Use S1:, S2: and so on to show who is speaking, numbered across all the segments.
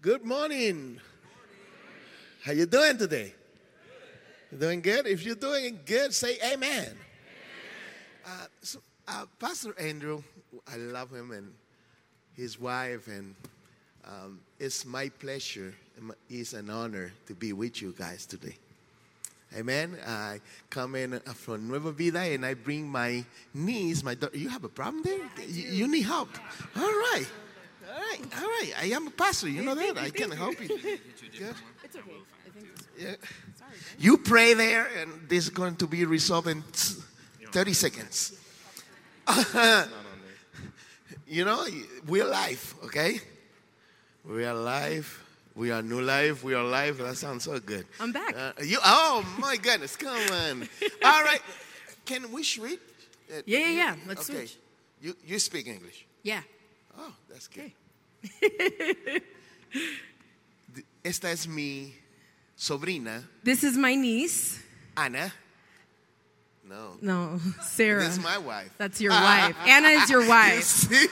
S1: Good morning. How you doing today? You doing good? If you're doing good, say amen. Uh, so, uh, Pastor Andrew, I love him and his wife, and um, it's my pleasure. and my- It's an honor to be with you guys today. Amen. I come in uh, from Nueva Vida and I bring my niece, my daughter. You have a problem there? you, you need help. All right. All right. All right. I am a pastor. You know that? I can help you. Good.
S2: It's okay. I think it's
S1: Yeah.
S2: sorry. guys.
S1: You pray there, and this is going to be resolved in t- 30 seconds. you know, we're alive, okay? We are alive. We are new life. We are alive. That sounds so good.
S2: I'm back.
S1: Uh, you? Oh my goodness! Come on. All right. Can we switch? Uh,
S2: Yeah, yeah, yeah. Let's
S1: okay.
S2: switch.
S1: You you speak English?
S2: Yeah.
S1: Oh, that's good.
S2: Okay.
S1: Esta es mi sobrina
S2: This is my niece.
S1: Ana. No.
S2: No, Sarah.
S1: This is my wife.
S2: That's your wife. Anna is your wife.
S1: Sí.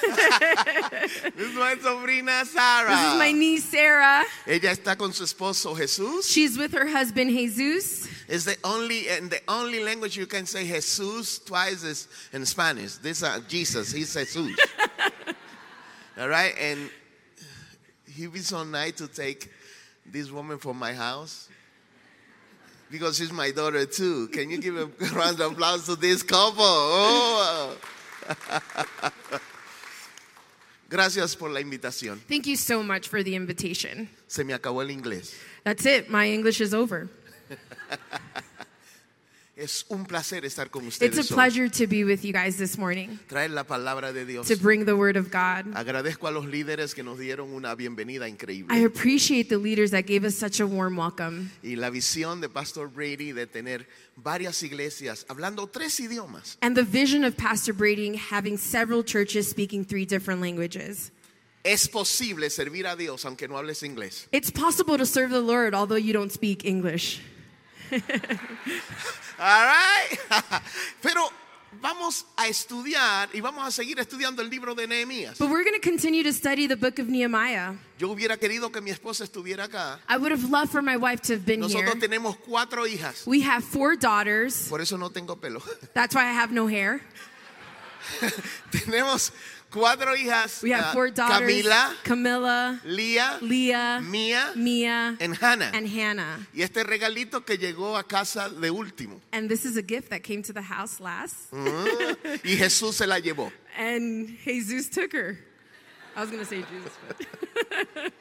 S1: this is my sobrina Sara.
S2: This is my niece Sarah.
S1: Ella está con su esposo Jesús.
S2: She's with her husband Jesus.
S1: It's the only and the only language you can say Jesús twice is in Spanish. This is Jesus. He's Jesús. All right, and he be so nice to take this woman from my house because she's my daughter too. Can you give a round of applause to this couple? Oh. Gracias por la invitación.
S2: Thank you so much for the invitation.
S1: Se me acabó el inglés.
S2: That's it. My English is over.
S1: Es un placer estar con ustedes.
S2: It's
S1: hoy.
S2: a pleasure to be with you guys this morning
S1: Traer la palabra de Dios.
S2: to bring the word of God.
S1: Agradezco a los líderes que nos dieron una bienvenida
S2: I
S1: increíble.
S2: appreciate the leaders that gave us such a warm welcome.
S1: Y la visión de Pastor Brady de tener varias iglesias hablando tres idiomas.
S2: And the vision of Pastor Brady having several churches speaking three different languages.
S1: Es posible servir a Dios aunque no hables inglés.
S2: It's possible to serve the Lord although you don't speak English.
S1: All right. Pero vamos a estudiar y vamos a seguir estudiando el libro de Nehemías.
S2: But we're going to continue to study the book of Nehemiah.
S1: Yo hubiera querido que mi esposa estuviera acá.
S2: I would have loved for my wife to have been here.
S1: Nosotros tenemos cuatro hijas.
S2: We have four daughters.
S1: Por eso no tengo pelo.
S2: That's why I have no hair.
S1: tenemos cuatro hijas.
S2: We have
S1: ah,
S2: four daughters
S1: Camila,
S2: Camilla,
S1: Lía,
S2: Leah,
S1: Mia,
S2: Mia,
S1: and Hannah.
S2: and Hannah.
S1: Y este regalito que llegó a casa de último.
S2: And this is a gift that came to the house last.
S1: Mm. Y Jesús se la llevó.
S2: And Jesus took her. I was going to say Jesus. But.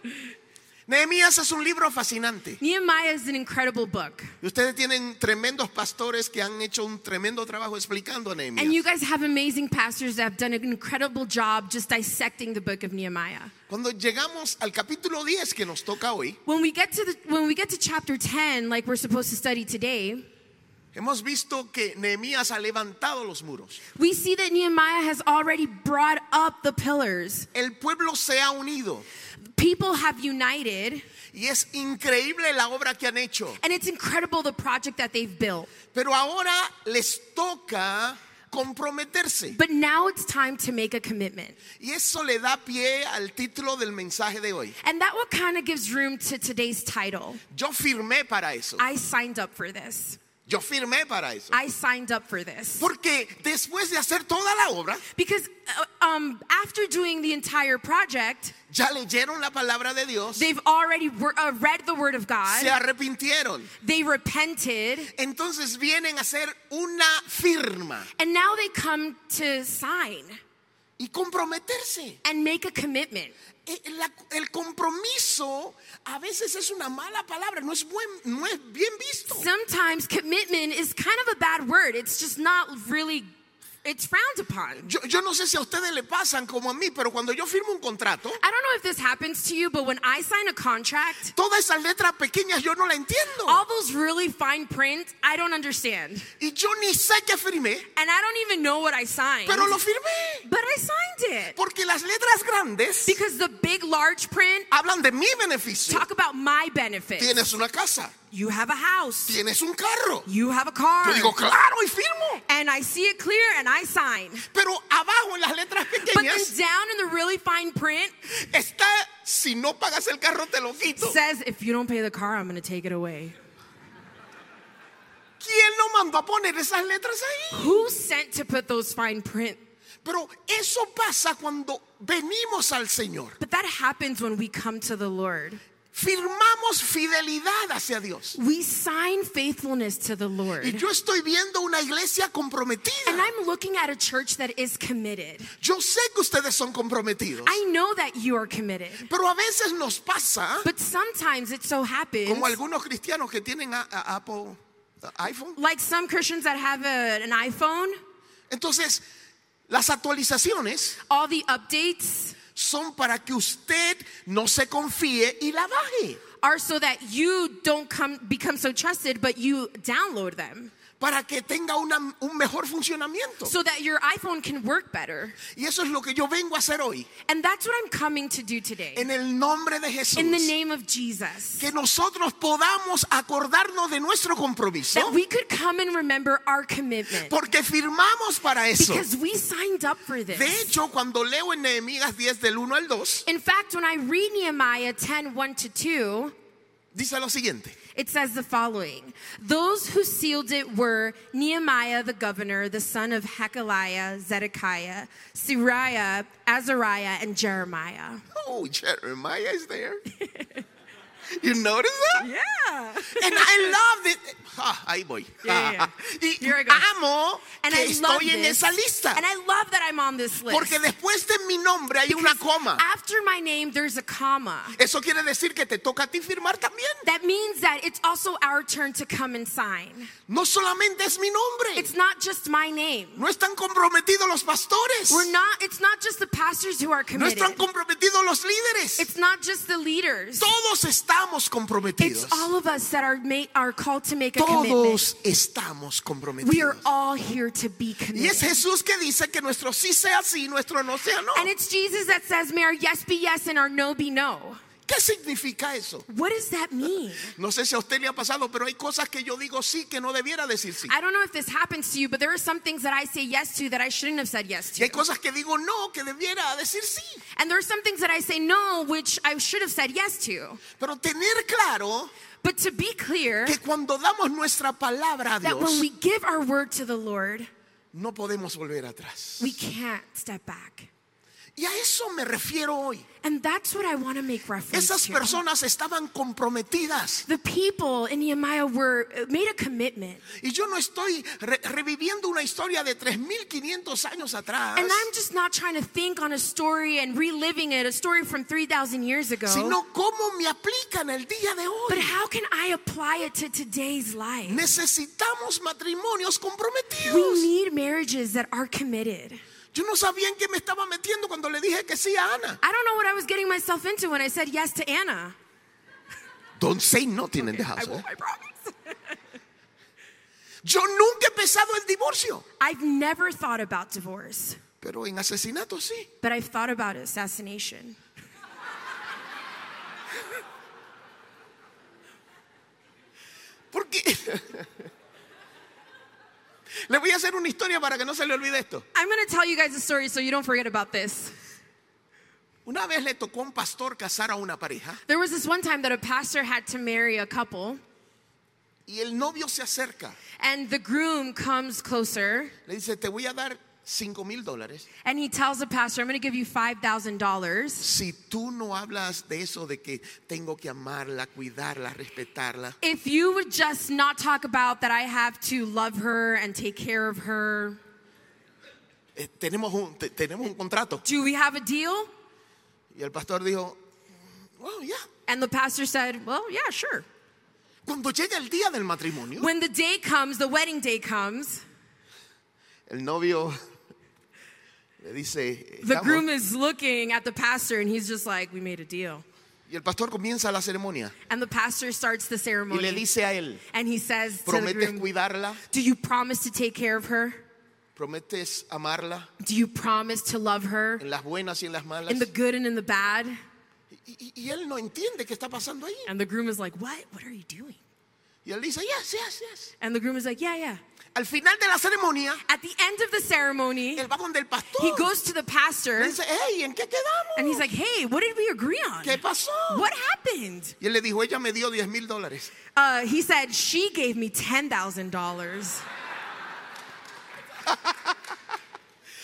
S1: Nehemías es un libro fascinante.
S2: Nehemiah is an incredible book.
S1: Y ustedes tienen tremendos pastores que han hecho un tremendo trabajo explicando a
S2: And you
S1: Nehemías.
S2: guys have amazing pastors that have done an incredible job just dissecting the book of Nehemiah.
S1: Cuando llegamos al capítulo 10 que nos toca hoy,
S2: When we get to the, when we get to chapter 10 like we're supposed to study today,
S1: hemos visto que Nehemías ha levantado los muros.
S2: we see that Nehemiah has already brought up the pillars.
S1: El pueblo se ha unido
S2: People have united,
S1: y es increíble la obra que han hecho.
S2: and it's incredible the project that they've built.
S1: Pero ahora les toca comprometerse.
S2: But now it's time to make a commitment.
S1: Y eso le da pie al título del mensaje de hoy.
S2: And that what kind of gives room to today's title.
S1: Yo firmé para eso.
S2: I signed up for this.
S1: Yo firmé para eso.
S2: I signed up for this.
S1: Porque después de hacer toda la obra,
S2: Because uh, um, after doing the entire project,
S1: ya leyeron la palabra de Dios,
S2: they've already wor- uh, read the Word of
S1: se
S2: God,
S1: arrepintieron.
S2: they repented,
S1: Entonces vienen a hacer una firma
S2: and now they come to sign
S1: y comprometerse.
S2: and make a commitment.
S1: Eh, la- El compromiso a veces es una mala palabra, no es, buen, no es bien visto.
S2: Sometimes commitment is kind of a bad word, it's just not really, it's frowned upon.
S1: Yo, yo no sé si a ustedes le pasan como a mí, pero cuando yo firmo un contrato,
S2: I don't know if this happens to you, but when I sign a contract,
S1: todas esas letras pequeñas yo no la entiendo.
S2: all those really fine print, I don't understand.
S1: Y yo ni sé qué firmé,
S2: And I don't even know what I signed.
S1: pero lo firmé.
S2: But I signed it.
S1: Porque las letras grandes
S2: Because the big, large print
S1: hablan de mi beneficio.
S2: talk about my benefits.
S1: Tienes una casa,
S2: You have a house.
S1: tienes un carro.
S2: You have a
S1: Yo
S2: car.
S1: digo, claro, y firmo.
S2: And and I see it clear and I sign.
S1: Pero abajo en las letras
S2: But then
S1: pequeñas
S2: down in the really fine print
S1: está, si no pagas el carro te lo quito.
S2: says, if you don't pay the car, I'm going to take it away.
S1: ¿Quién lo mandó a poner esas letras ahí?
S2: Who sent to put those fine print?
S1: Pero eso pasa cuando venimos al Señor.
S2: But that happens when we come to the Lord.
S1: Firmamos fidelidad hacia Dios.
S2: We sign faithfulness to the Lord.
S1: Y
S2: And
S1: yo estoy viendo una iglesia comprometida.
S2: I'm looking at a church that is committed.
S1: Yo sé que ustedes son comprometidos.
S2: I know that you are committed.
S1: Pero a veces nos pasa,
S2: But sometimes it so happens,
S1: como algunos cristianos que tienen a- a- Apple, a- iPhone.
S2: like some Christians that have a- an iPhone,
S1: Entonces, las actualizaciones
S2: all the updates
S1: son para que usted no se confíe y la baje.
S2: are so that you don't come become so trusted, but you download them
S1: Para que tenga una- un mejor funcionamiento.
S2: so that your iPhone can work better.
S1: Y eso es lo que yo vengo a hacer hoy.
S2: And that's what I'm coming to do today.
S1: En el nombre de Jesús.
S2: In the name of Jesus.
S1: que nosotros podamos acordarnos de nuestro compromiso.
S2: That we could come and remember our commitment.
S1: Porque firmamos para eso.
S2: Because we signed up for
S1: De
S2: this.
S1: hecho, cuando leo en Nehemías 10 del 1 al 2,
S2: In fact, when I read Nehemiah 10 1 to 2,
S1: dice lo siguiente.
S2: It says the following Those who sealed it were Nehemiah the governor, the son of Hekeliah, Zedekiah, Sariah, Azariah, and Jeremiah.
S1: Oh, Jeremiah is there. You notice that?
S2: Yeah.
S1: And I love it. Ah, ahí voy.
S2: Yeah, yeah, yeah.
S1: Y
S2: Here I go.
S1: amo
S2: And
S1: que
S2: I love
S1: estoy en
S2: this.
S1: esa lista.
S2: And I love that I'm on this list.
S1: Porque después de mi nombre hay una coma.
S2: After my name, there's a comma.
S1: Eso quiere decir que te toca a ti firmar también.
S2: That means that it's also our turn to come and sign.
S1: No solamente es mi nombre.
S2: It's not just my name.
S1: No están comprometidos los pastores.
S2: We're not, it's not just the pastors who are
S1: No
S2: committed.
S1: están comprometidos los líderes.
S2: It's not just the leaders.
S1: Todos estamos comprometidos.
S2: It's all of us that are made, are called to make a commitment.
S1: Todos estamos
S2: We are
S1: comprometidos.
S2: all here to be
S1: Y es
S2: committed.
S1: Jesús que dice que nuestro sí sea sí, nuestro no sea no.
S2: And it's Jesus that says, "May our yes be yes and our no be no."
S1: ¿Qué significa eso?
S2: What does that mean?
S1: No sé si a usted le ha pasado, pero hay cosas que yo digo sí que no debiera decir sí.
S2: I don't know if this happens to you, but there are some things that I say yes to that I shouldn't have said yes
S1: Y
S2: to.
S1: hay cosas que digo no que debiera decir sí.
S2: And there are some things that I say no, which I should have said yes to.
S1: Pero tener claro
S2: But to be clear,
S1: que cuando damos nuestra palabra a
S2: that when
S1: Dios,
S2: we give our word to the Lord,
S1: no podemos volver atrás.
S2: we can't step back.
S1: Y a eso me refiero hoy.
S2: And that's what I want to make reference
S1: Esas
S2: to.
S1: personas estaban comprometidas.
S2: The people in Nehemiah were uh, made a commitment.
S1: Y yo no estoy re- reviviendo una historia de 3.500 años atrás,
S2: And I'm just not trying to think on a story and reliving it, a story from 3,000 years ago.
S1: sino cómo me aplican el día de
S2: but
S1: hoy.
S2: how can I apply it to today's life?
S1: Necesitamos matrimonios
S2: We
S1: comprometidos.
S2: need marriages that are committed.
S1: Yo no sabía en qué me estaba metiendo cuando le dije que sí a Ana.
S2: I don't know what I was getting myself into when I said yes to Anna.
S1: Don't say nothing in the house,
S2: I, won't,
S1: eh.
S2: I promise.
S1: Yo nunca he pensado en divorcio,
S2: I've never thought about divorce,
S1: pero en asesinato sí.
S2: but I've thought about assassination.
S1: Porque le voy a hacer una historia para que no se le olvide esto.
S2: I'm going to tell you guys a story so you don't forget about this.
S1: Una vez le tocó a un pastor casar a una pareja
S2: There was this one time that a pastor had to marry a couple,
S1: y el novio se acerca.
S2: and the groom comes closer.
S1: Le dice, te voy a dar 5 mil dólares
S2: And he tells the pastor, I'm going to give you $5,000
S1: si tú no hablas de eso de que tengo que amarla, cuidarla, respetarla.
S2: if you would just not talk about that I have to love her and take care of her.
S1: Eh, tenemos, un, te- tenemos un contrato.
S2: Do we have a deal?
S1: Y el pastor dijo, bueno, ya.
S2: And the pastor said, Well, yeah, sure.
S1: Cuando llega el día del matrimonio,
S2: When the day comes, the wedding day comes,
S1: el novio le dice,
S2: the
S1: "Estamos".
S2: groom is looking at the pastor and he's just like, We made a deal.
S1: y el pastor comienza la ceremonia
S2: And the pastor starts the
S1: y le
S2: ceremony
S1: dice a él,
S2: and he says to the
S1: prometes
S2: groom,
S1: cuidarla,
S2: Do you promise to take care of her?
S1: prometes amarla
S2: Do you promise to love her
S1: en las buenas y en las malas.
S2: in the good and in the bad?
S1: Y- y, y él no entiende qué está pasando ahí.
S2: And the groom is like, What? What are you doing?
S1: Y Y él dice, yes, yes, yes.
S2: And the groom is like, yeah, yeah.
S1: Al final de la ceremonia,
S2: At the end of the ceremony,
S1: él va donde el pastor.
S2: he goes to the pastor
S1: Le dice, hey, ¿en qué quedamos?
S2: and he's like, hey, what did we agree on?
S1: ¿Qué pasó?
S2: What happened?
S1: Y él le dijo, ella me dio 10 mil dólares.
S2: Uh, he said, she gave me $10,000.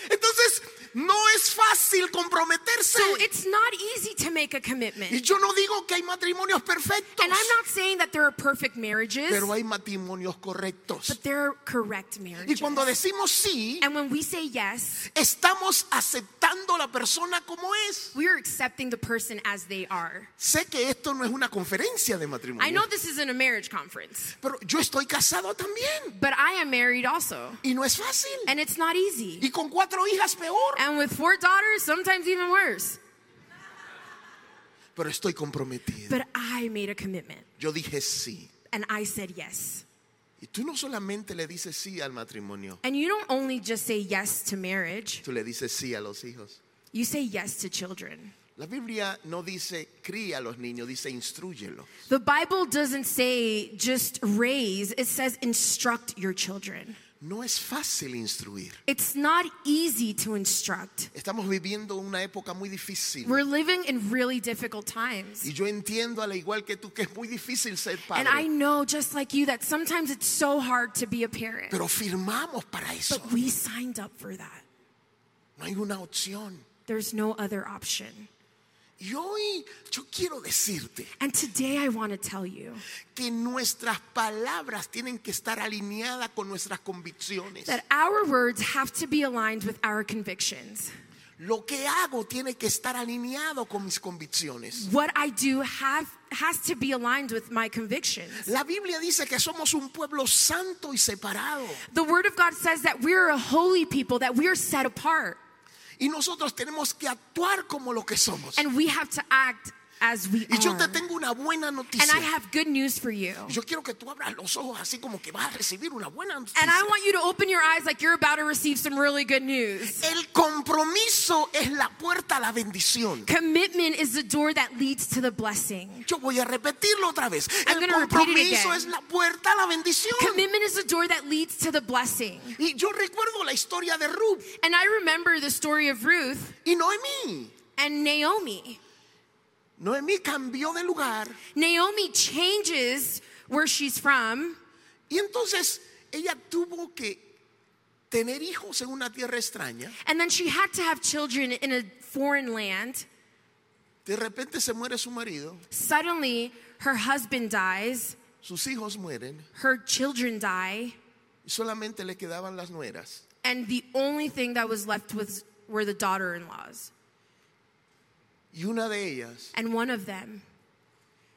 S1: Entonces, no es fácil comprometerse.
S2: So it's not easy to make a commitment.
S1: y yo no digo que hay matrimonios perfectos,
S2: And I'm not saying that there are perfect marriages,
S1: pero hay matrimonios correctos.
S2: but there are correct
S1: Y
S2: marriages.
S1: cuando decimos sí,
S2: And when we say yes,
S1: estamos aceptando la persona como es.
S2: we are accepting the person as they are.
S1: Sé que esto no es una conferencia de
S2: I know
S1: matrimonio,
S2: this isn't a marriage conference,
S1: pero yo estoy casado también
S2: but I am married also.
S1: y no es fácil.
S2: And it's not easy.
S1: Y con cuatro hijas peor,
S2: And with four daughters, sometimes even worse.
S1: pero estoy comprometido.
S2: But I made a commitment
S1: Yo dije sí.
S2: and I said yes.
S1: Y tú no solamente le dices sí al matrimonio,
S2: And you don't only just say yes to marriage,
S1: tú le dices sí a los hijos.
S2: you say yes to children.
S1: La Biblia no dice cría a los niños, dice instruyelos.
S2: The Bible doesn't say just raise, it says instruct your children.
S1: No es fácil instruir.
S2: It's not easy to instruct.
S1: Estamos viviendo una época muy difícil.
S2: We're living in really difficult times.
S1: Y yo entiendo, al igual que tú, que es muy difícil ser
S2: And I
S1: padre.
S2: know, just like you, that sometimes it's so hard to be a parent.
S1: Pero firmamos para eso.
S2: But we signed up for that.
S1: No hay una opción.
S2: There's no other option.
S1: Y hoy yo quiero decirte
S2: And today I want to tell you
S1: que nuestras palabras tienen que estar alineadas con nuestras convicciones.
S2: that our words have to be aligned with our convictions.
S1: Lo que hago tiene que estar alineado con mis convicciones.
S2: What I do have, has to be aligned with my convictions.
S1: La Biblia dice que somos un pueblo santo y separado.
S2: The Word of God says that we're a holy people, that we are set apart,
S1: Y nosotros tenemos que actuar como lo que somos.
S2: and we have to act as we
S1: Y yo
S2: are.
S1: te tengo una buena
S2: And I
S1: noticia.
S2: have good news for you.
S1: Yo quiero que tú abras los ojos así como que vas a recibir una buena
S2: And I
S1: noticia.
S2: want you to open your eyes like you're about to receive some really good news.
S1: El compromiso es la puerta a la bendición.
S2: Commitment is the door that leads to the blessing.
S1: Yo voy a repetirlo otra vez.
S2: I'm
S1: El
S2: gonna repeat it
S1: compromiso
S2: again.
S1: es la puerta a la bendición.
S2: Commitment is the door that leads to the blessing.
S1: Y yo recuerdo la historia de Ruth
S2: And I remember the story of Ruth
S1: y Noemí.
S2: and Naomi.
S1: Noemí cambió de lugar
S2: Naomi changes where she's from,
S1: y entonces ella tuvo que tener hijos en una tierra extraña.
S2: and then she had to have children in a foreign land.
S1: De repente se muere su marido,
S2: Suddenly, her husband dies,
S1: sus hijos mueren
S2: her children die,
S1: y solamente le quedaban las nueras.
S2: and the only thing that was left was were the daughter-in-laws.
S1: Y una de ellas
S2: And one of them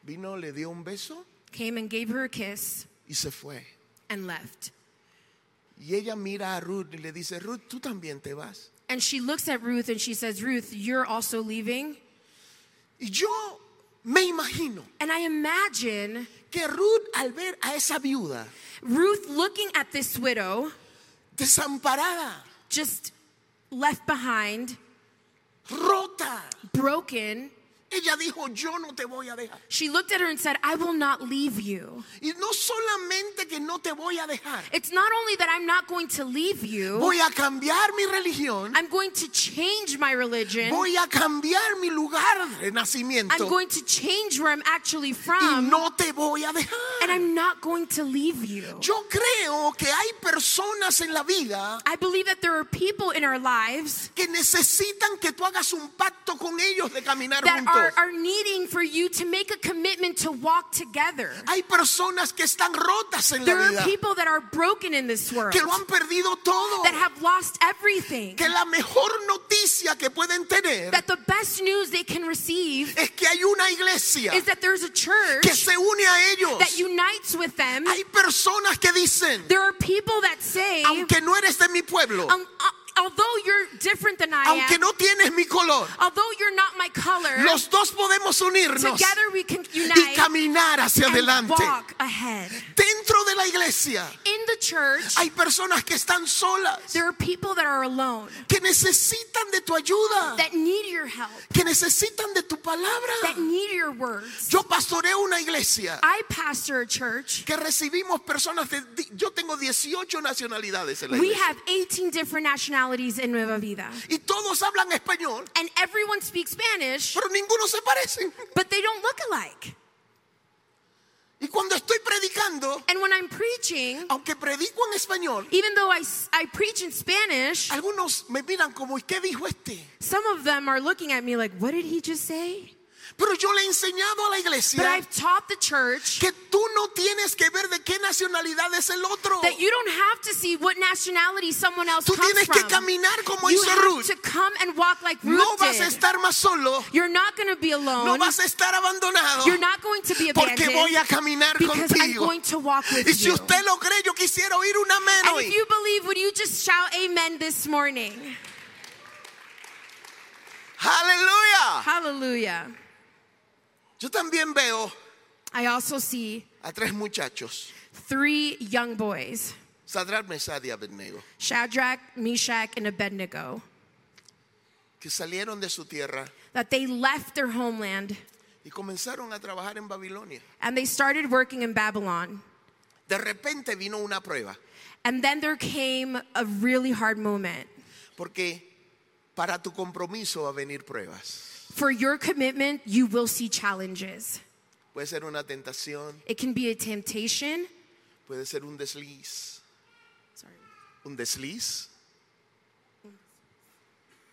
S1: vino, le dio un beso
S2: came and gave her a kiss
S1: y se fue.
S2: and left.
S1: Y ella mira a Ruth y le dice, Ruth, tú también te vas.
S2: And she looks at Ruth and she says, Ruth, you're also leaving.
S1: Y yo me imagino
S2: And I imagine
S1: que Ruth al ver a esa viuda
S2: Ruth looking at this widow,
S1: desamparada,
S2: just left behind,
S1: rota,
S2: broken,
S1: ella dijo, yo no te voy a dejar.
S2: she looked at her and said, I will not leave you.
S1: Y no solamente que no te voy a dejar,
S2: It's not only that I'm not going to leave you,
S1: voy a cambiar mi religión,
S2: I'm going to change my religion.
S1: voy a cambiar mi lugar de
S2: I'm
S1: nacimiento
S2: going to change where I'm actually
S1: y
S2: from,
S1: no te voy a dejar.
S2: and I'm not going to leave you.
S1: Yo creo que hay personas en la vida
S2: I believe that there are people in our lives
S1: que necesitan que tú hagas un pacto con ellos de caminar
S2: that are,
S1: juntos.
S2: are needing for you to make a commitment to walk together.
S1: Hay personas que están rotas en la
S2: There are
S1: vida,
S2: people that are broken in this world,
S1: que lo
S2: that
S1: han perdido todo,
S2: have lost everything,
S1: que la mejor noticia que pueden tener
S2: that the best news they can receive
S1: es que hay una iglesia
S2: is that there's a
S1: que
S2: church
S1: se une a ellos.
S2: that unites with them.
S1: Hay personas que dicen,
S2: There are people that say,
S1: aunque no eres de mi pueblo,
S2: "Um, uh, although you're different than I
S1: aunque
S2: am,
S1: no tienes mi color,
S2: although you're not my color,
S1: los dos podemos unirnos
S2: together we can
S1: y
S2: unite
S1: caminar hacia
S2: and
S1: adelante.
S2: walk ahead.
S1: Dentro de la iglesia
S2: In the church,
S1: hay personas que están solas,
S2: there are people that are alone,
S1: que necesitan de tu ayuda,
S2: that need your help,
S1: que necesitan de tu palabra.
S2: that need your words.
S1: Yo pastoreo una iglesia
S2: I pastor a church.
S1: que recibimos personas de... di- Yo tengo 18 nacionalidades en la
S2: We
S1: iglesia.
S2: have 18 different nationalities in Nueva Vida,
S1: Y todos hablan español,
S2: and everyone speaks Spanish,
S1: pero ninguno se parece.
S2: but they don't look alike.
S1: Y cuando estoy predicando,
S2: And when I'm preaching,
S1: aunque predico en español,
S2: even though I, s- I preach in Spanish,
S1: algunos me miran como, ¿y qué dijo este?
S2: some of them are looking at me like, what did he just say?
S1: Pero yo le he enseñado a la
S2: But
S1: iglesia
S2: I've taught the church
S1: que tú no tienes que ver de qué nacionalidad es el otro.
S2: that you don't have to see what nationality someone else
S1: Tú
S2: comes
S1: tienes que
S2: from.
S1: caminar como
S2: You
S1: hizo
S2: have
S1: Ruth.
S2: to come and walk like
S1: No
S2: Ruth
S1: vas a
S2: did.
S1: estar más solo,
S2: You're not going to be
S1: no
S2: alone.
S1: vas a estar abandonado,
S2: You're not going to be
S1: porque voy
S2: abandoned
S1: a caminar
S2: because I'm
S1: contigo.
S2: going to walk
S1: Y
S2: with
S1: si
S2: you.
S1: usted lo cree, yo quisiera oír un amén
S2: And if
S1: hoy.
S2: you believe, would you just shout amen this morning?
S1: Aleluya.
S2: Hallelujah.
S1: Yo también veo
S2: I also see
S1: a tres muchachos,
S2: three young boys
S1: Sadrach, Mesad y Abednego,
S2: Shadrach, Meshach, and Abednego
S1: que salieron de su tierra
S2: that they left their homeland
S1: y comenzaron a trabajar en Babilonia.
S2: and they started working in Babylon.
S1: De repente vino una prueba,
S2: And then there came a really hard moment.
S1: porque para tu compromiso va a venir pruebas.
S2: For your commitment, you will see challenges.
S1: Puede ser una tentación,
S2: It can be a temptation.
S1: puede ser un desliz,
S2: Sorry.
S1: un desliz.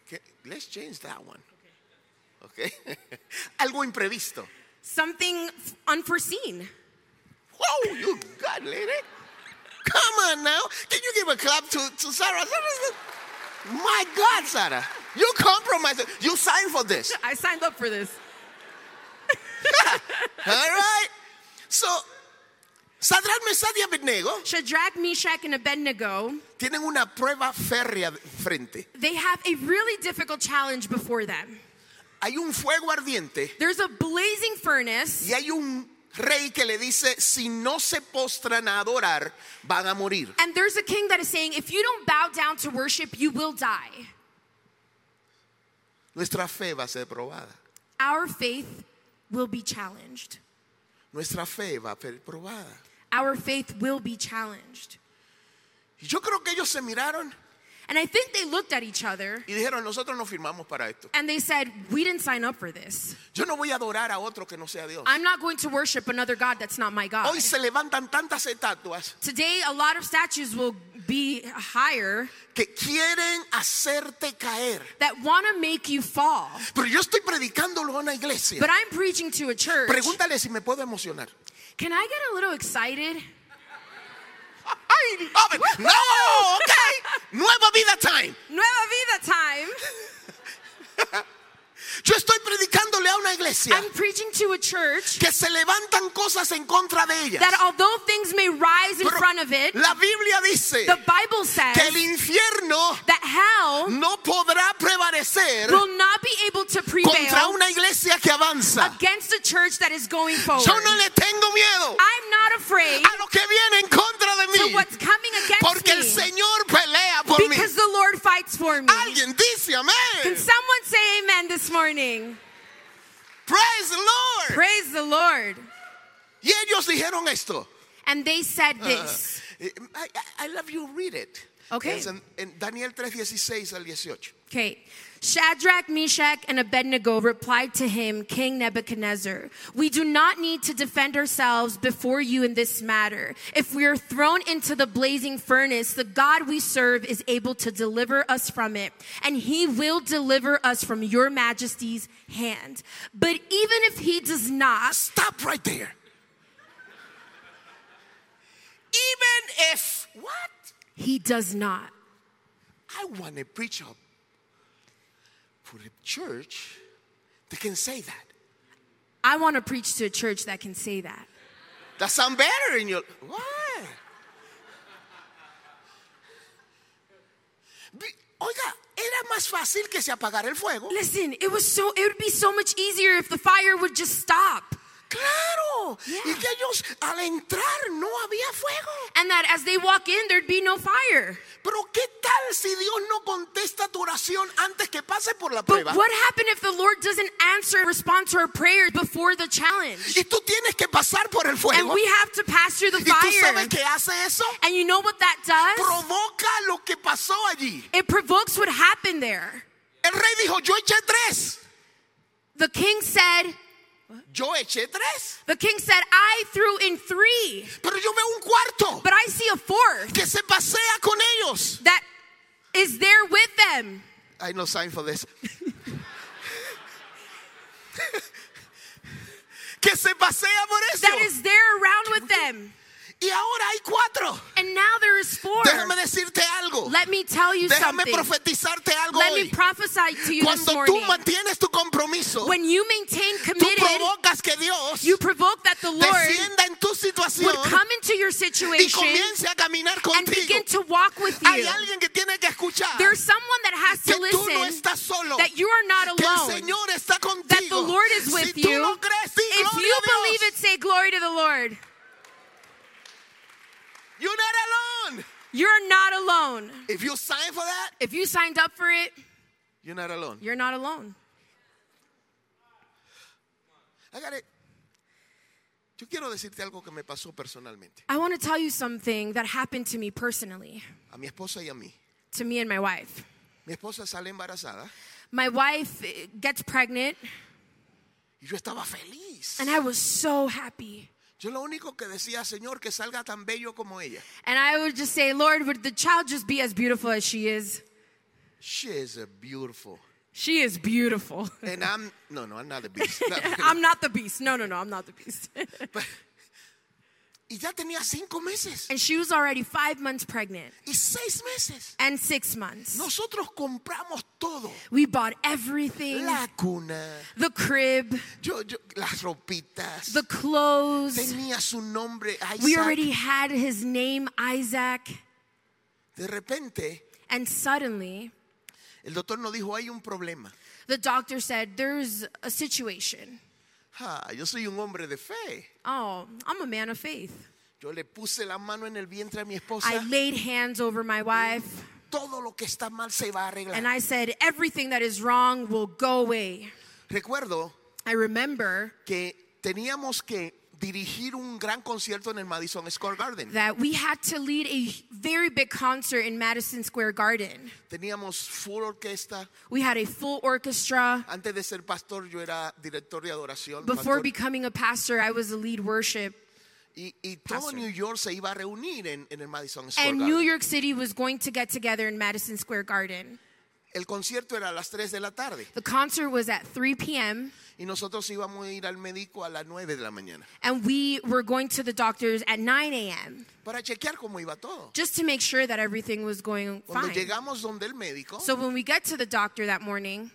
S1: ¿Qué? Let's change that one. Okay. Algo imprevisto.
S2: Something unforeseen.
S1: Whoa, you got it, lady. Come on now. Can you give a clap to, to Sarah? Sarah, My God, Sarah. You compromised. You signed for this.
S2: I signed up for this.
S1: All right. So, Sadrach, Mesad y Abednego
S2: Shadrach, Meshach, and Abednego,
S1: tienen una prueba férrea de frente.
S2: they have a really difficult challenge before them.
S1: Hay un fuego ardiente
S2: There's a blazing furnace,
S1: y hay un rey que le dice, si no se postran a adorar, van a morir.
S2: and there's a king that is saying, if you don't bow down to worship, you will die.
S1: Nuestra fe va a ser probada.
S2: Our faith will be challenged.
S1: Nuestra fe va a ser probada.
S2: Our faith will be challenged.
S1: Y yo creo que ellos se miraron
S2: And I think they looked at each other
S1: y dijeron, nosotros no firmamos para esto.
S2: and they said, We didn't sign up for this.
S1: Yo no voy a adorar a otro que no sea Dios.
S2: I'm not going to worship another God that's not my God.
S1: Hoy se levantan tantas estatuas
S2: Today, a lot of statues will be higher
S1: que quieren hacerte caer.
S2: that want to make you fall.
S1: Pero yo estoy predicándolo a una iglesia.
S2: But I'm preaching to a church.
S1: Pregúntale si me puedo emocionar.
S2: Can I get a little excited?
S1: I love it. No, ok. Nueva vida time.
S2: Nueva Vida time.
S1: Yo estoy predicándole a una iglesia
S2: I'm preaching to a church
S1: que se levantan cosas en contra de ellas.
S2: that although things may rise in
S1: Pero
S2: front of it,
S1: la Biblia dice
S2: the Bible
S1: que el
S2: says
S1: infierno
S2: that hell
S1: no podrá prevalecer
S2: will not be able to
S1: contra
S2: prevail
S1: una iglesia que avanza.
S2: against a church that is going forward.
S1: Yo no le tengo miedo
S2: I'm not afraid
S1: a lo que viene en contra de
S2: to
S1: mí.
S2: what's coming
S1: Porque el
S2: against me
S1: Señor pelea por mí.
S2: because the Lord fights for me.
S1: Alguien dice
S2: Can
S1: amén.
S2: someone say amen this morning?
S1: Praise the Lord.
S2: Praise the Lord.
S1: Y ellos dijeron esto.
S2: And they said
S1: Uh,
S2: this.
S1: I, I- I love you read it.
S2: Okay.
S1: Es en, en Daniel 3:16 al 18.
S2: Okay. Shadrach, Meshach, and Abednego replied to him, King Nebuchadnezzar, We do not need to defend ourselves before you in this matter. If we are thrown into the blazing furnace, the God we serve is able to deliver us from it, and he will deliver us from your majesty's hand. But even if he does not,
S1: Stop right there. Even if what?
S2: he does not.
S1: I want to preach up for a church that can say that.
S2: I want to preach to a church that can say that.
S1: That sound better in your why? Be- Oiga, más fácil que se apagara el fuego.
S2: Listen, it was so it would be so much easier if the fire would just stop.
S1: Claro.
S2: Yeah.
S1: Y que ellos al entrar no había fuego.
S2: And that as they walk in, there'd be no fire.
S1: Pero ¿qué tal si Dios no contesta tu oración antes que pase por la
S2: But
S1: prueba?
S2: what happened if the Lord doesn't answer and respond to our prayers before the challenge?
S1: Y tú tienes que pasar por el
S2: And
S1: fuego.
S2: we have to pass through the
S1: ¿Y tú sabes
S2: fire.
S1: qué hace eso?
S2: And you know what that does?
S1: Provoca lo que pasó allí.
S2: It provokes what happened there.
S1: El rey dijo, yo eché tres.
S2: The king said,
S1: Yo eché tres.
S2: the king said, I threw in three,
S1: Pero yo veo un cuarto
S2: but I see a fourth
S1: que se pasea con ellos.
S2: that is there with them.
S1: Hay no sign for this. que se pasea por eso.
S2: That is there around with them.
S1: Y ahora hay cuatro.
S2: And now there is four.
S1: Déjame decirte algo.
S2: Let me tell you
S1: Déjame
S2: something.
S1: profetizarte algo
S2: Let me
S1: hoy.
S2: prophesy to you this
S1: Cuando tú
S2: morning.
S1: mantienes tu compromiso,
S2: When you maintain
S1: tú
S2: committed,
S1: provocas que Dios
S2: you provoke that the Lord
S1: descienda en tu situación
S2: would come into your
S1: y
S2: situation
S1: comience a caminar
S2: and
S1: contigo.
S2: begin to walk with
S1: Hay
S2: you.
S1: alguien que tiene que escuchar
S2: There's someone that has
S1: que
S2: to
S1: tú no
S2: listen
S1: estás solo.
S2: that you are not
S1: Que el
S2: alone.
S1: Señor está contigo.
S2: that the Lord is
S1: si
S2: with
S1: tú
S2: you.
S1: lo crees, sí,
S2: If
S1: gloria
S2: you
S1: a Dios.
S2: believe it, say glory to the Lord.
S1: You're not alone.
S2: You're not alone.
S1: If you sign for that,
S2: If you signed up for it,
S1: you're not alone.
S2: you're not alone.
S1: I got it. Yo quiero decirte algo que me pasó personalmente.
S2: I want to tell you something that happened to me personally,
S1: A mi esposa y a mí.
S2: to me and my wife.
S1: Mi esposa sale embarazada
S2: My wife eh, gets pregnant,
S1: y yo estaba feliz.
S2: and I was so happy.
S1: Yo lo único que decía, Señor, que salga tan bello como ella.
S2: And I would just say, Lord, would the child just be as beautiful as she is?
S1: She is a beautiful.
S2: She is beautiful.
S1: And I'm, no, no, I'm not a beast. No, no.
S2: I'm not the beast. No, no, no, I'm not the beast.
S1: y ya tenía cinco meses
S2: and she was already five months pregnant
S1: y seis meses.
S2: and six months.
S1: Nosotros compramos todo.
S2: We bought everything
S1: La cuna,
S2: the crib,
S1: yo, yo, las ropitas.
S2: the clothes.
S1: tenía su nombre. Isaac.
S2: We already had his name, Isaac.
S1: De repente,
S2: And suddenly,
S1: el doctor nos dijo, hay un problema.
S2: the doctor said, There's a situation.
S1: Ah, yo soy un hombre de fe.
S2: Oh, I'm a man of faith.
S1: Yo le puse la mano en el vientre a mi esposa.
S2: I laid hands over my wife
S1: Todo lo que está mal se va a arreglar.
S2: and I said, Everything that is wrong will go away.
S1: Recuerdo
S2: I remember
S1: que teníamos que dirigir un gran concierto en el Madison Square Garden.
S2: that we had to lead a very big concert in Madison Square Garden.
S1: Teníamos full orquesta.
S2: We had a full orchestra.
S1: Antes de ser pastor, yo era director de adoración.
S2: Before
S1: pastor.
S2: becoming a pastor, I was a lead worship.
S1: y, y todo
S2: Pastor.
S1: New York se iba a reunir en, en el Madison Square
S2: And
S1: Garden.
S2: New York City was going to get together in Madison Square Garden.
S1: El concierto era a las 3 de la tarde
S2: The concert was at 3 p.m.,
S1: y nosotros íbamos a ir al médico a las 9 de la mañana
S2: and we were going to the doctors at 9 a.m.
S1: para chequear cómo iba todo.
S2: just to make sure that everything was going
S1: Cuando
S2: fine.
S1: llegamos donde el médico,
S2: So when we get to the doctor that morning,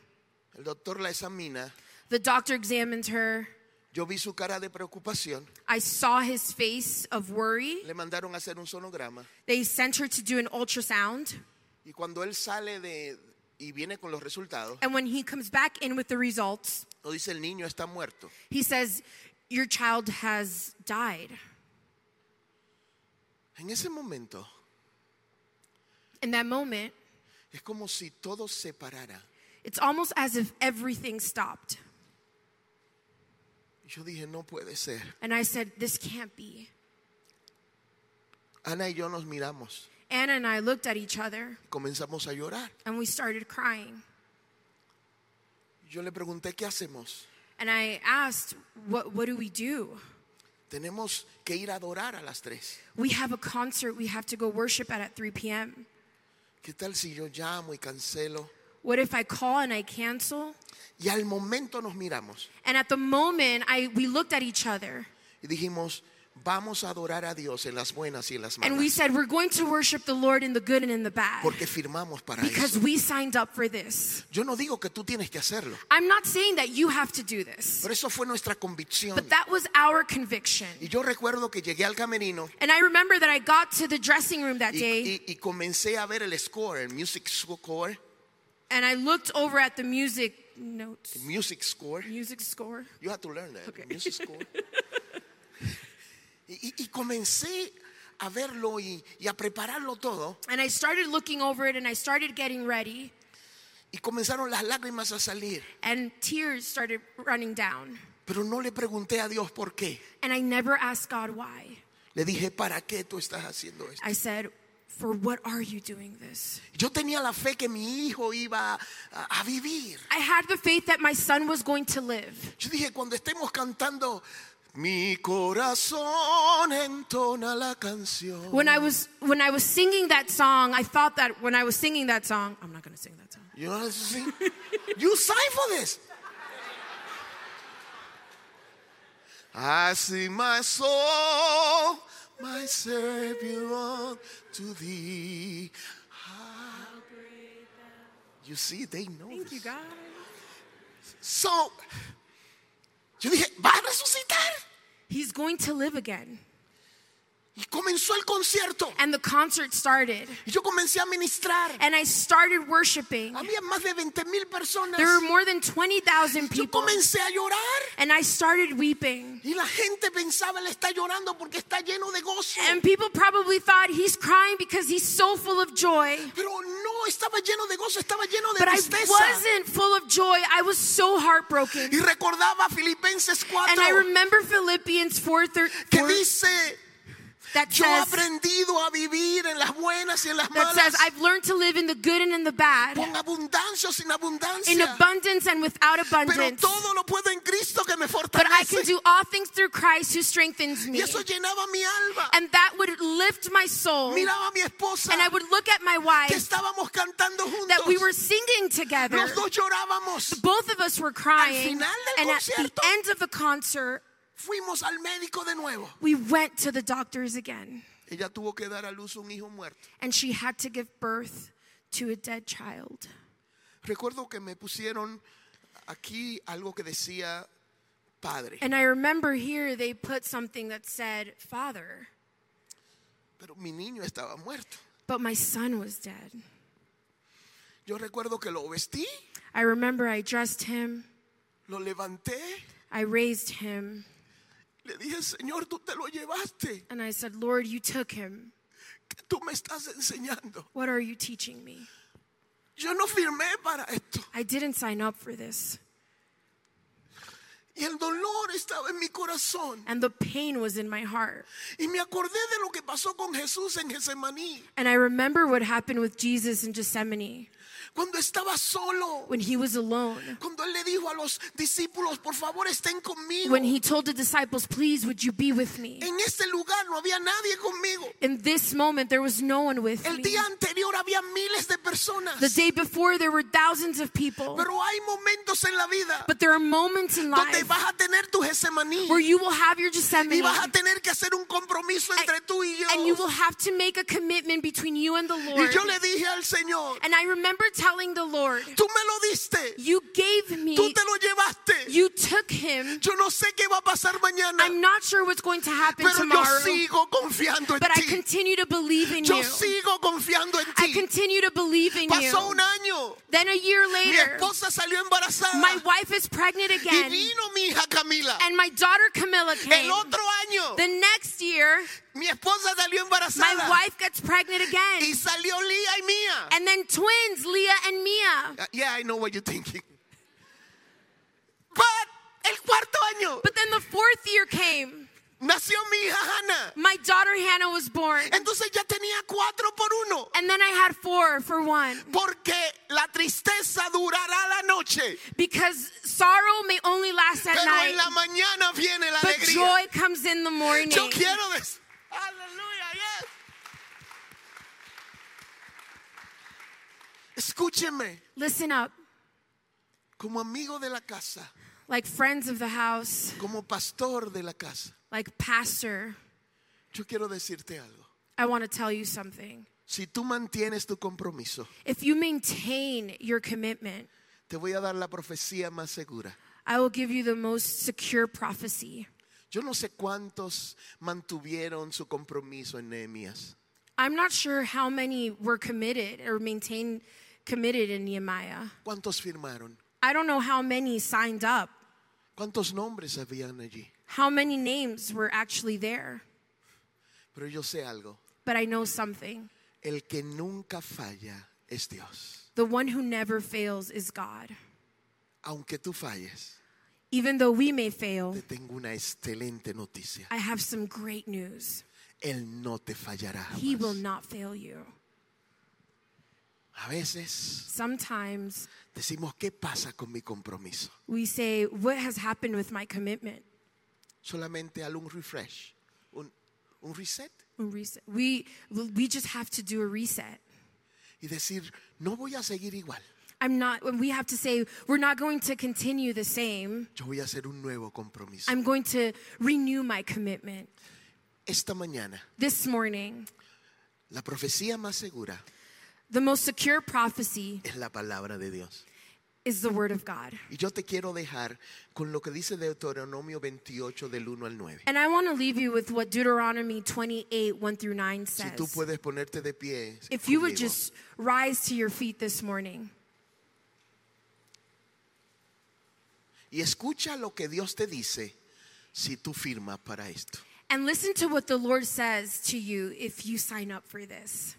S1: el doctor la examina,
S2: the doctor examined her.
S1: yo vi su cara de preocupación,
S2: I saw his face of worry.
S1: le mandaron a hacer un sonograma
S2: They sent her to do an ultrasound.
S1: y cuando él sale de y viene con los resultados,
S2: And when he comes back in with the results,
S1: nos dice el niño está muerto.
S2: he says, Your child has died.
S1: En ese momento
S2: In that moment,
S1: es como si todo se parara.
S2: it's almost as if everything stopped.
S1: Y Yo dije, no puede ser.
S2: And I said, This can't be.
S1: Ana y yo nos miramos,
S2: Anna and I looked at each other
S1: comenzamos a llorar.
S2: and we started crying.
S1: Yo le pregunté, ¿qué hacemos?
S2: And I asked, What, what do we do?
S1: Tenemos que ir a adorar a las tres.
S2: We have a concert we have to go worship at at 3 p.m.
S1: ¿Qué tal si yo llamo y cancelo?
S2: What if I call and I cancel?
S1: Y al momento nos miramos
S2: And at the moment, I, we looked at each other
S1: y dijimos, vamos a adorar a Dios en las buenas y en las
S2: and we
S1: malas.
S2: said, We're going to worship the Lord in the good and in the bad
S1: Porque firmamos para
S2: because
S1: eso.
S2: we signed up for this.
S1: Yo no digo que tú tienes que hacerlo,
S2: I'm not saying that you have to do this,
S1: pero eso fue nuestra convicción.
S2: but that was our conviction.
S1: Y yo recuerdo que llegué al camerino
S2: And I remember that I got to the dressing room that
S1: y,
S2: day
S1: y- y comencé a ver el score, el music score,
S2: and I looked over at the music notes,
S1: Music score.
S2: music score.
S1: You have to learn that.
S2: Okay.
S1: Music score. y, y- y comencé a verlo y, y a prepararlo todo.
S2: And I started looking over it and I started getting ready,
S1: Y comenzaron las lágrimas a salir.
S2: and tears started running down.
S1: Pero no le pregunté a Dios por qué.
S2: And I never asked God why.
S1: Le dije, ¿para qué tú estás haciendo esto?
S2: I said, For what are you doing this?
S1: Yo tenía la fe que mi hijo iba a, a vivir.
S2: I had the faith that my son was going to live.
S1: Yo dije, cuando estemos cantando, mi corazón entona la canción.
S2: When I was when I was singing that song, I thought that when I was singing that song, I'm not going to sing that song.
S1: You know what I'm saying? You sign for this. I see my soul, my Savior to thee. Ah. You see, they know. this.
S2: God.
S1: So, yo dije, va a resucitar.
S2: He's going to live again.
S1: Y comenzó el concierto.
S2: And the concert started,
S1: Y yo comencé a ministrar.
S2: and I started worshiping.
S1: Había más de 20 mil personas.
S2: There were more than 20,000
S1: Yo
S2: people,
S1: comencé a llorar.
S2: and I started weeping.
S1: Y la gente pensaba, él está llorando porque está lleno de gozo.
S2: And people probably thought he's crying because he's so full of joy.
S1: Pero no estaba lleno de gozo, estaba lleno de
S2: But I
S1: tristeza.
S2: wasn't full of joy. I was so heartbroken.
S1: Y recordaba Filipenses
S2: And I
S1: 4,
S2: remember Philippians 4, thir-
S1: que
S2: four
S1: dice,
S2: that
S1: yo he
S2: says,
S1: aprendido a vivir en las buenas y en las
S2: that says,
S1: malas,
S2: I've learned to live in the good and in the bad,
S1: con abundancia o sin
S2: in
S1: abundancia.
S2: abundance and without
S1: Pero
S2: abundance.
S1: todo lo puedo en Cristo que me
S2: But I can
S1: fortalece.
S2: do all things through Christ who strengthens
S1: Y
S2: me.
S1: eso llenaba mi alma.
S2: And that would lift my soul. And
S1: Miraba a mi esposa,
S2: I would look at my
S1: que
S2: wife
S1: estábamos cantando
S2: that we were
S1: juntos.
S2: singing together.
S1: Los dos llorábamos.
S2: Both of us were crying.
S1: final del
S2: And at the
S1: concierto-
S2: end of the concert,
S1: Fuimos al médico de nuevo.
S2: we went to the doctors again.
S1: Ella tuvo que dar a luz un hijo muerto.
S2: And she had to give birth to a dead child.
S1: Recuerdo que me pusieron aquí algo que decía padre,
S2: And I remember here they put something that said, Father,
S1: pero mi niño estaba muerto.
S2: but my son was dead.
S1: Yo recuerdo que lo vestí,
S2: I remember I dressed him,
S1: lo levanté,
S2: I raised him,
S1: le dije, Señor, tú te lo llevaste,
S2: and I said, Lord, you took him.
S1: que tú me estás enseñando.
S2: What are you teaching me?
S1: Yo no firmé para esto.
S2: I didn't sign up for this.
S1: Y el dolor estaba en mi corazón.
S2: And the pain was in my heart.
S1: Y me acordé de lo que pasó con Jesús en Getsemaní,
S2: And I remember what happened with Jesus in Gethsemane
S1: cuando estaba solo.
S2: when he was alone.
S1: Cuando él le dijo a los discípulos, por favor estén conmigo.
S2: When he told the disciples, Please, would you be with me?
S1: En este lugar no había nadie conmigo.
S2: In this moment, there was no one with
S1: El
S2: me.
S1: día anterior había miles de personas.
S2: The day before, there were thousands of people.
S1: Pero hay momentos en la vida
S2: But there are moments in
S1: donde
S2: life
S1: vas a tener tu Getsemaní
S2: where you will have your
S1: y
S2: Gethsemane
S1: vas a tener que hacer un compromiso entre tú y yo.
S2: and you will have to make a commitment between you and the Lord.
S1: Y yo le dije al Señor,
S2: And I remember telling the Lord,
S1: tú me lo diste,
S2: You gave
S1: tú
S2: me,
S1: te lo llevaste.
S2: you took him.
S1: Yo no sé qué va a pasar mañana,
S2: I'm not sure what's going to happen
S1: pero yo
S2: tomorrow,
S1: sigo confiando en
S2: but I
S1: ti.
S2: continue to believe in
S1: Yo
S2: you.
S1: sigo confiando en
S2: I
S1: ti.
S2: continue to believe in
S1: Pasó
S2: you.
S1: un año,
S2: Then a year
S1: mi
S2: later,
S1: esposa salió
S2: my
S1: embarazada
S2: wife is pregnant
S1: y
S2: again,
S1: vino mi hija Camila.
S2: and my daughter Camilla
S1: El
S2: came.
S1: otro año,
S2: The next year,
S1: mi esposa salió
S2: my
S1: embarazada.
S2: wife gets pregnant
S1: Y
S2: again.
S1: salió Lía y Mía.
S2: And then twins, Leah and Mia.
S1: Uh, Yeah, I know what you're thinking. But el cuarto año
S2: But then the fourth year came.
S1: nació mi hija Hannah.
S2: My daughter Hannah was born.
S1: Entonces ya tenía cuatro por uno.
S2: And then I had four for one.
S1: Porque la tristeza durará la noche,
S2: Because sorrow may only last at
S1: pero en la
S2: night,
S1: mañana viene la
S2: but
S1: alegría.
S2: joy comes in the morning.
S1: Yo quiero decir, aleluya, yes. Escúcheme,
S2: Listen up.
S1: como amigo de la casa,
S2: Like friends of the house,
S1: como pastor de la casa,
S2: like pastor,
S1: yo quiero decirte algo.
S2: I want to tell you something.
S1: Si tú mantienes tu compromiso,
S2: If you maintain your commitment,
S1: Te voy a dar la profecía más segura.
S2: I will give you the most secure prophecy.
S1: Yo no sé cuántos mantuvieron su compromiso en Nehemías,
S2: I'm not sure how many were committed or maintained committed in Nehemiah.
S1: ¿Cuántos firmaron?
S2: I don't know how many signed up,
S1: ¿Cuántos nombres habían allí?
S2: how many names were actually there,
S1: Pero yo sé algo.
S2: but I know something.
S1: El que nunca falla es Dios.
S2: The one who never fails is God.
S1: Aunque tú falles,
S2: Even though we may fail,
S1: te tengo una excelente noticia.
S2: I have some great news.
S1: Él no te fallará.
S2: He will
S1: Jamás.
S2: not fail you.
S1: A veces
S2: Sometimes
S1: decimos, ¿qué pasa con mi compromiso?
S2: we say, What has happened with my commitment?
S1: Solamente al un refresh, un, un reset
S2: A reset. We, we just have to do a reset.
S1: y decir, no voy a seguir igual.
S2: I'm not, when we have to say, We're not going to continue the same.
S1: Yo voy a hacer un nuevo compromiso.
S2: I'm going to renew my commitment.
S1: Esta mañana,
S2: This morning,
S1: la profecía más segura
S2: the most secure prophecy
S1: es la palabra de Dios.
S2: is the word of God.
S1: Y yo te quiero dejar con lo que dice Deuteronomio 28 del 1 al 9.
S2: And I want to leave you with what Deuteronomy 28, 1 through 9
S1: Si tú
S2: says.
S1: puedes ponerte de pie.
S2: If you would
S1: conmigo.
S2: just rise to your feet this morning
S1: Y escucha lo que Dios te dice si tú firmas para esto.
S2: and listen to what the Lord says to you if you sign up for this.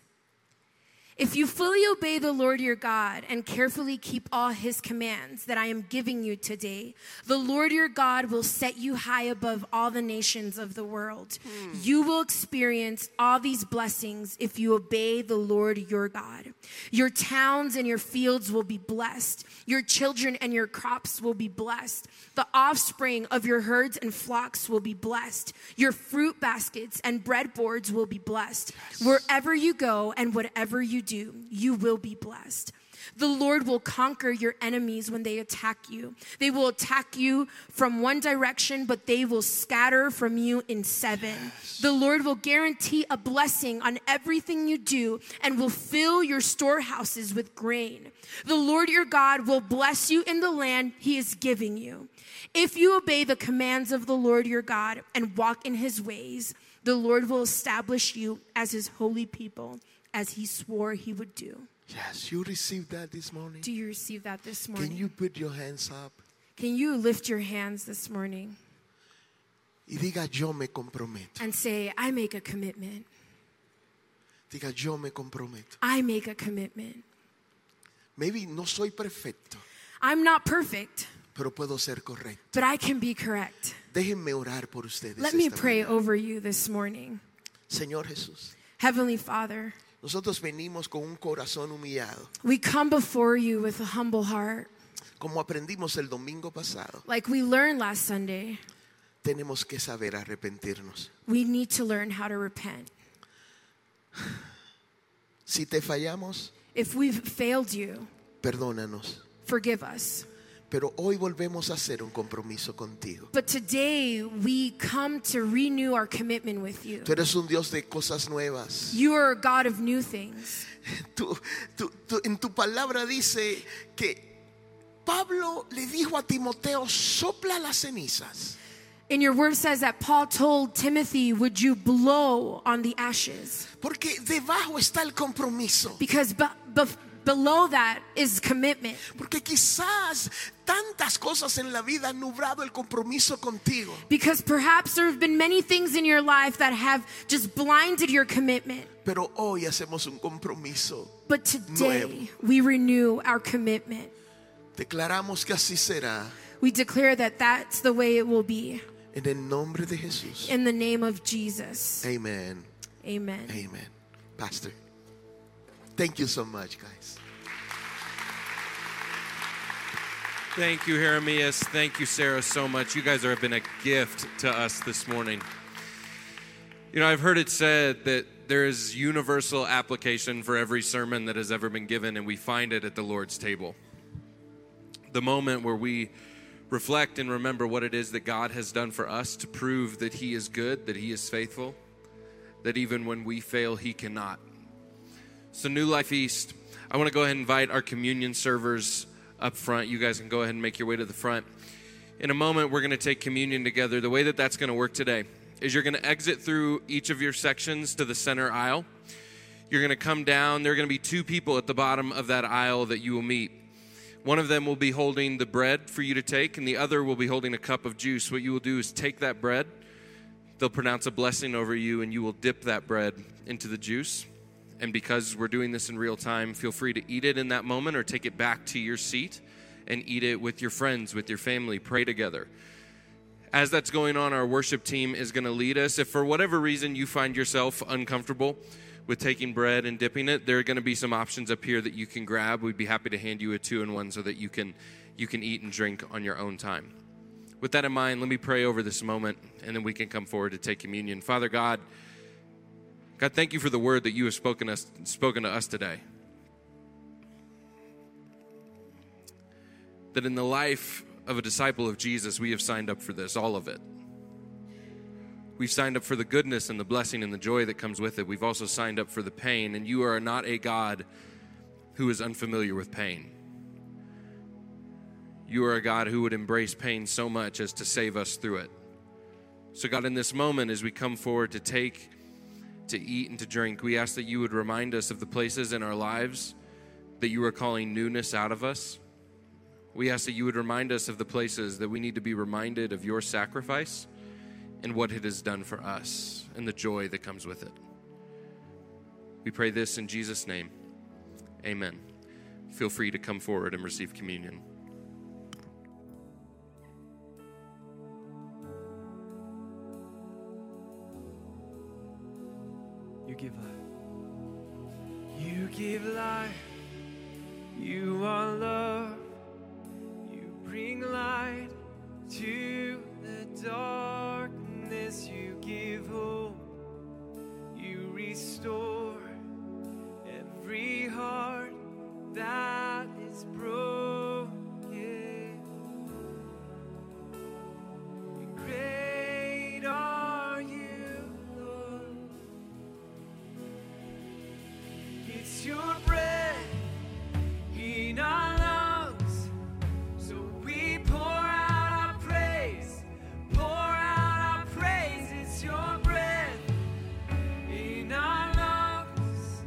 S2: If you fully obey the Lord your God and carefully keep all his commands that I am giving you today, the Lord your God will set you high above all the nations of the world. You will experience all these blessings if you obey the Lord your God. Your towns and your fields will be blessed. Your children and your crops will be blessed. The offspring of your herds and flocks will be blessed. Your fruit baskets and breadboards will be blessed. Wherever you go and whatever you do, you will be blessed. The Lord will conquer your enemies when they attack you. They will attack you from one direction, but they will scatter from you in seven. The Lord will guarantee a blessing on everything you do and will fill your storehouses with grain. The Lord your God will bless you in the land he is giving you. If you obey the commands of the Lord your God and walk in his ways, the Lord will establish you as his holy people, as he swore he would do.
S1: Yes, you received that this morning.
S2: Do you receive that this morning?
S1: Can you put your hands up
S2: Can you lift your hands this morning
S1: y diga yo me comprometo.
S2: and say, I make a commitment?
S1: Diga yo me comprometo.
S2: I make a commitment.
S1: Maybe no soy perfecto,
S2: I'm not perfect,
S1: pero puedo ser correcto.
S2: but I can be correct.
S1: Déjenme orar por ustedes.
S2: Let me
S1: esta
S2: pray
S1: mañana.
S2: over you this morning.
S1: Señor Jesús,
S2: Heavenly Father,
S1: nosotros venimos con un corazón humillado,
S2: we come before you with a humble heart.
S1: como aprendimos el domingo pasado.
S2: Like we learned last Sunday,
S1: Tenemos que saber arrepentirnos.
S2: we need to learn how to repent.
S1: Si te fallamos,
S2: If we've failed you,
S1: perdónanos.
S2: forgive us.
S1: Pero hoy volvemos a hacer un compromiso contigo.
S2: But today, we come to renew our commitment with you.
S1: Tú eres un Dios de cosas nuevas.
S2: You are a God of new things.
S1: Tú- tú- tú- en tu palabra dice que Pablo le dijo a Timoteo, sopla las cenizas.
S2: And your word says that Paul told Timothy, Would you blow on the ashes?
S1: Porque debajo está el compromiso.
S2: Because b- below that is commitment.
S1: Porque quizás tantas cosas en la vida han nublado el compromiso contigo.
S2: Because perhaps there have been many things in your life that have just blinded your commitment.
S1: Pero hoy hacemos un compromiso.
S2: But today,
S1: Nuevo.
S2: we renew our commitment.
S1: Declaramos que así será.
S2: We declare that that's the way it will be.
S1: En el nombre de Jesús.
S2: In the name of Jesus.
S1: Amén.
S2: Amen.
S1: Amen. Pastor, thank you so much, guys.
S3: Thank you, Jeremias. Thank you, Sarah, so much. You guys have been a gift to us this morning. You know, I've heard it said that there is universal application for every sermon that has ever been given, and we find it at the Lord's table. The moment where we reflect and remember what it is that God has done for us to prove that He is good, that He is faithful, that even when we fail, He cannot. So, New Life East, I want to go ahead and invite our communion servers up front. You guys can go ahead and make your way to the front. In a moment, we're going to take communion together. The way that that's going to work today is you're going to exit through each of your sections to the center aisle. You're going to come down. There are going to be two people at the bottom of that aisle that you will meet. One of them will be holding the bread for you to take, and the other will be holding a cup of juice. What you will do is take that bread, they'll pronounce a blessing over you, and you will dip that bread into the juice. And because we're doing this in real time, feel free to eat it in that moment or take it back to your seat and eat it with your friends, with your family, pray together. As that's going on, our worship team is going to lead us. If for whatever reason you find yourself uncomfortable with taking bread and dipping it, there are going to be some options up here that you can grab. We'd be happy to hand you a two and one so that you can you can eat and drink on your own time. With that in mind, let me pray over this moment and then we can come forward to take communion. Father God, God, thank you for the word that you have spoken us spoken to us today. that in the life of a disciple of Jesus, we have signed up for this, all of it. We've signed up for the goodness and the blessing and the joy that comes with it. We've also signed up for the pain, and you are not a God who is unfamiliar with pain. You are a God who would embrace pain so much as to save us through it. So, God, in this moment, as we come forward to take, to eat, and to drink, we ask that you would remind us of the places in our lives that you are calling newness out of us. We ask that you would remind us of the places that we need to be reminded of your sacrifice and what it has done for us and the joy that comes with it. We pray this in Jesus' name. Amen. Feel free to come forward and receive communion.
S4: You give life. You give life. You are love bring light to the darkness. You give hope, you restore every heart that is broken. And great are you, Lord. It's your breath in our lungs. So we pour out our praise, pour out our praise. It's your breath in our lungs.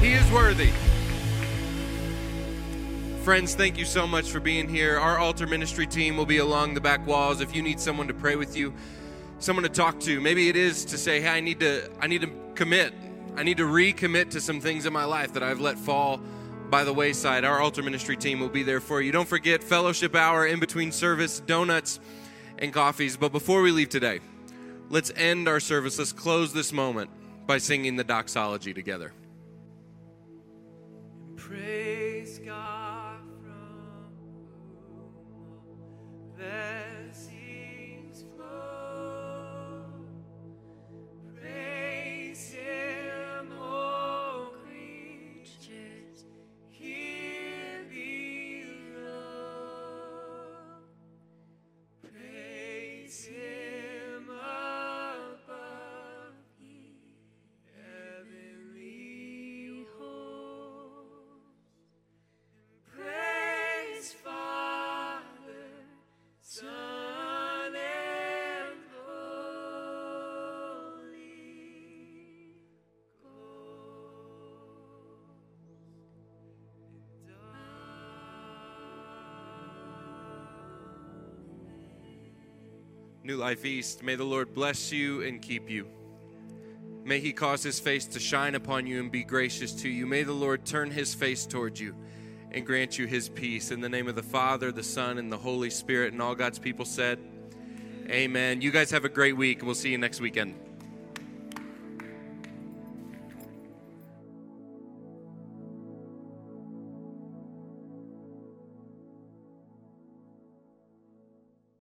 S3: He is worthy. Friends, thank you so much for being here. Our altar ministry team will be along the back walls. If you need someone to pray with you, someone to talk to, maybe it is to say, "Hey, I need to I need to commit. I need to recommit to some things in my life that I've let fall by the wayside." Our altar ministry team will be there for you. Don't forget fellowship hour in between service, donuts and coffees. But before we leave today, let's end our service. Let's close this moment by singing the doxology together.
S4: Praise God from whom all blessings flow. Praise Him, all creatures here below. Praise Him above heavenly hosts. Praise Father, Son, and Holy Ghost. And
S3: New Life East, may the Lord bless you and keep you. May he cause his face to shine upon you and be gracious to you. May the Lord turn his face toward you and grant you his peace. In the name of the Father, the Son, and the Holy Spirit, and all God's people said, Amen. You guys have a great week, and we'll see you next weekend.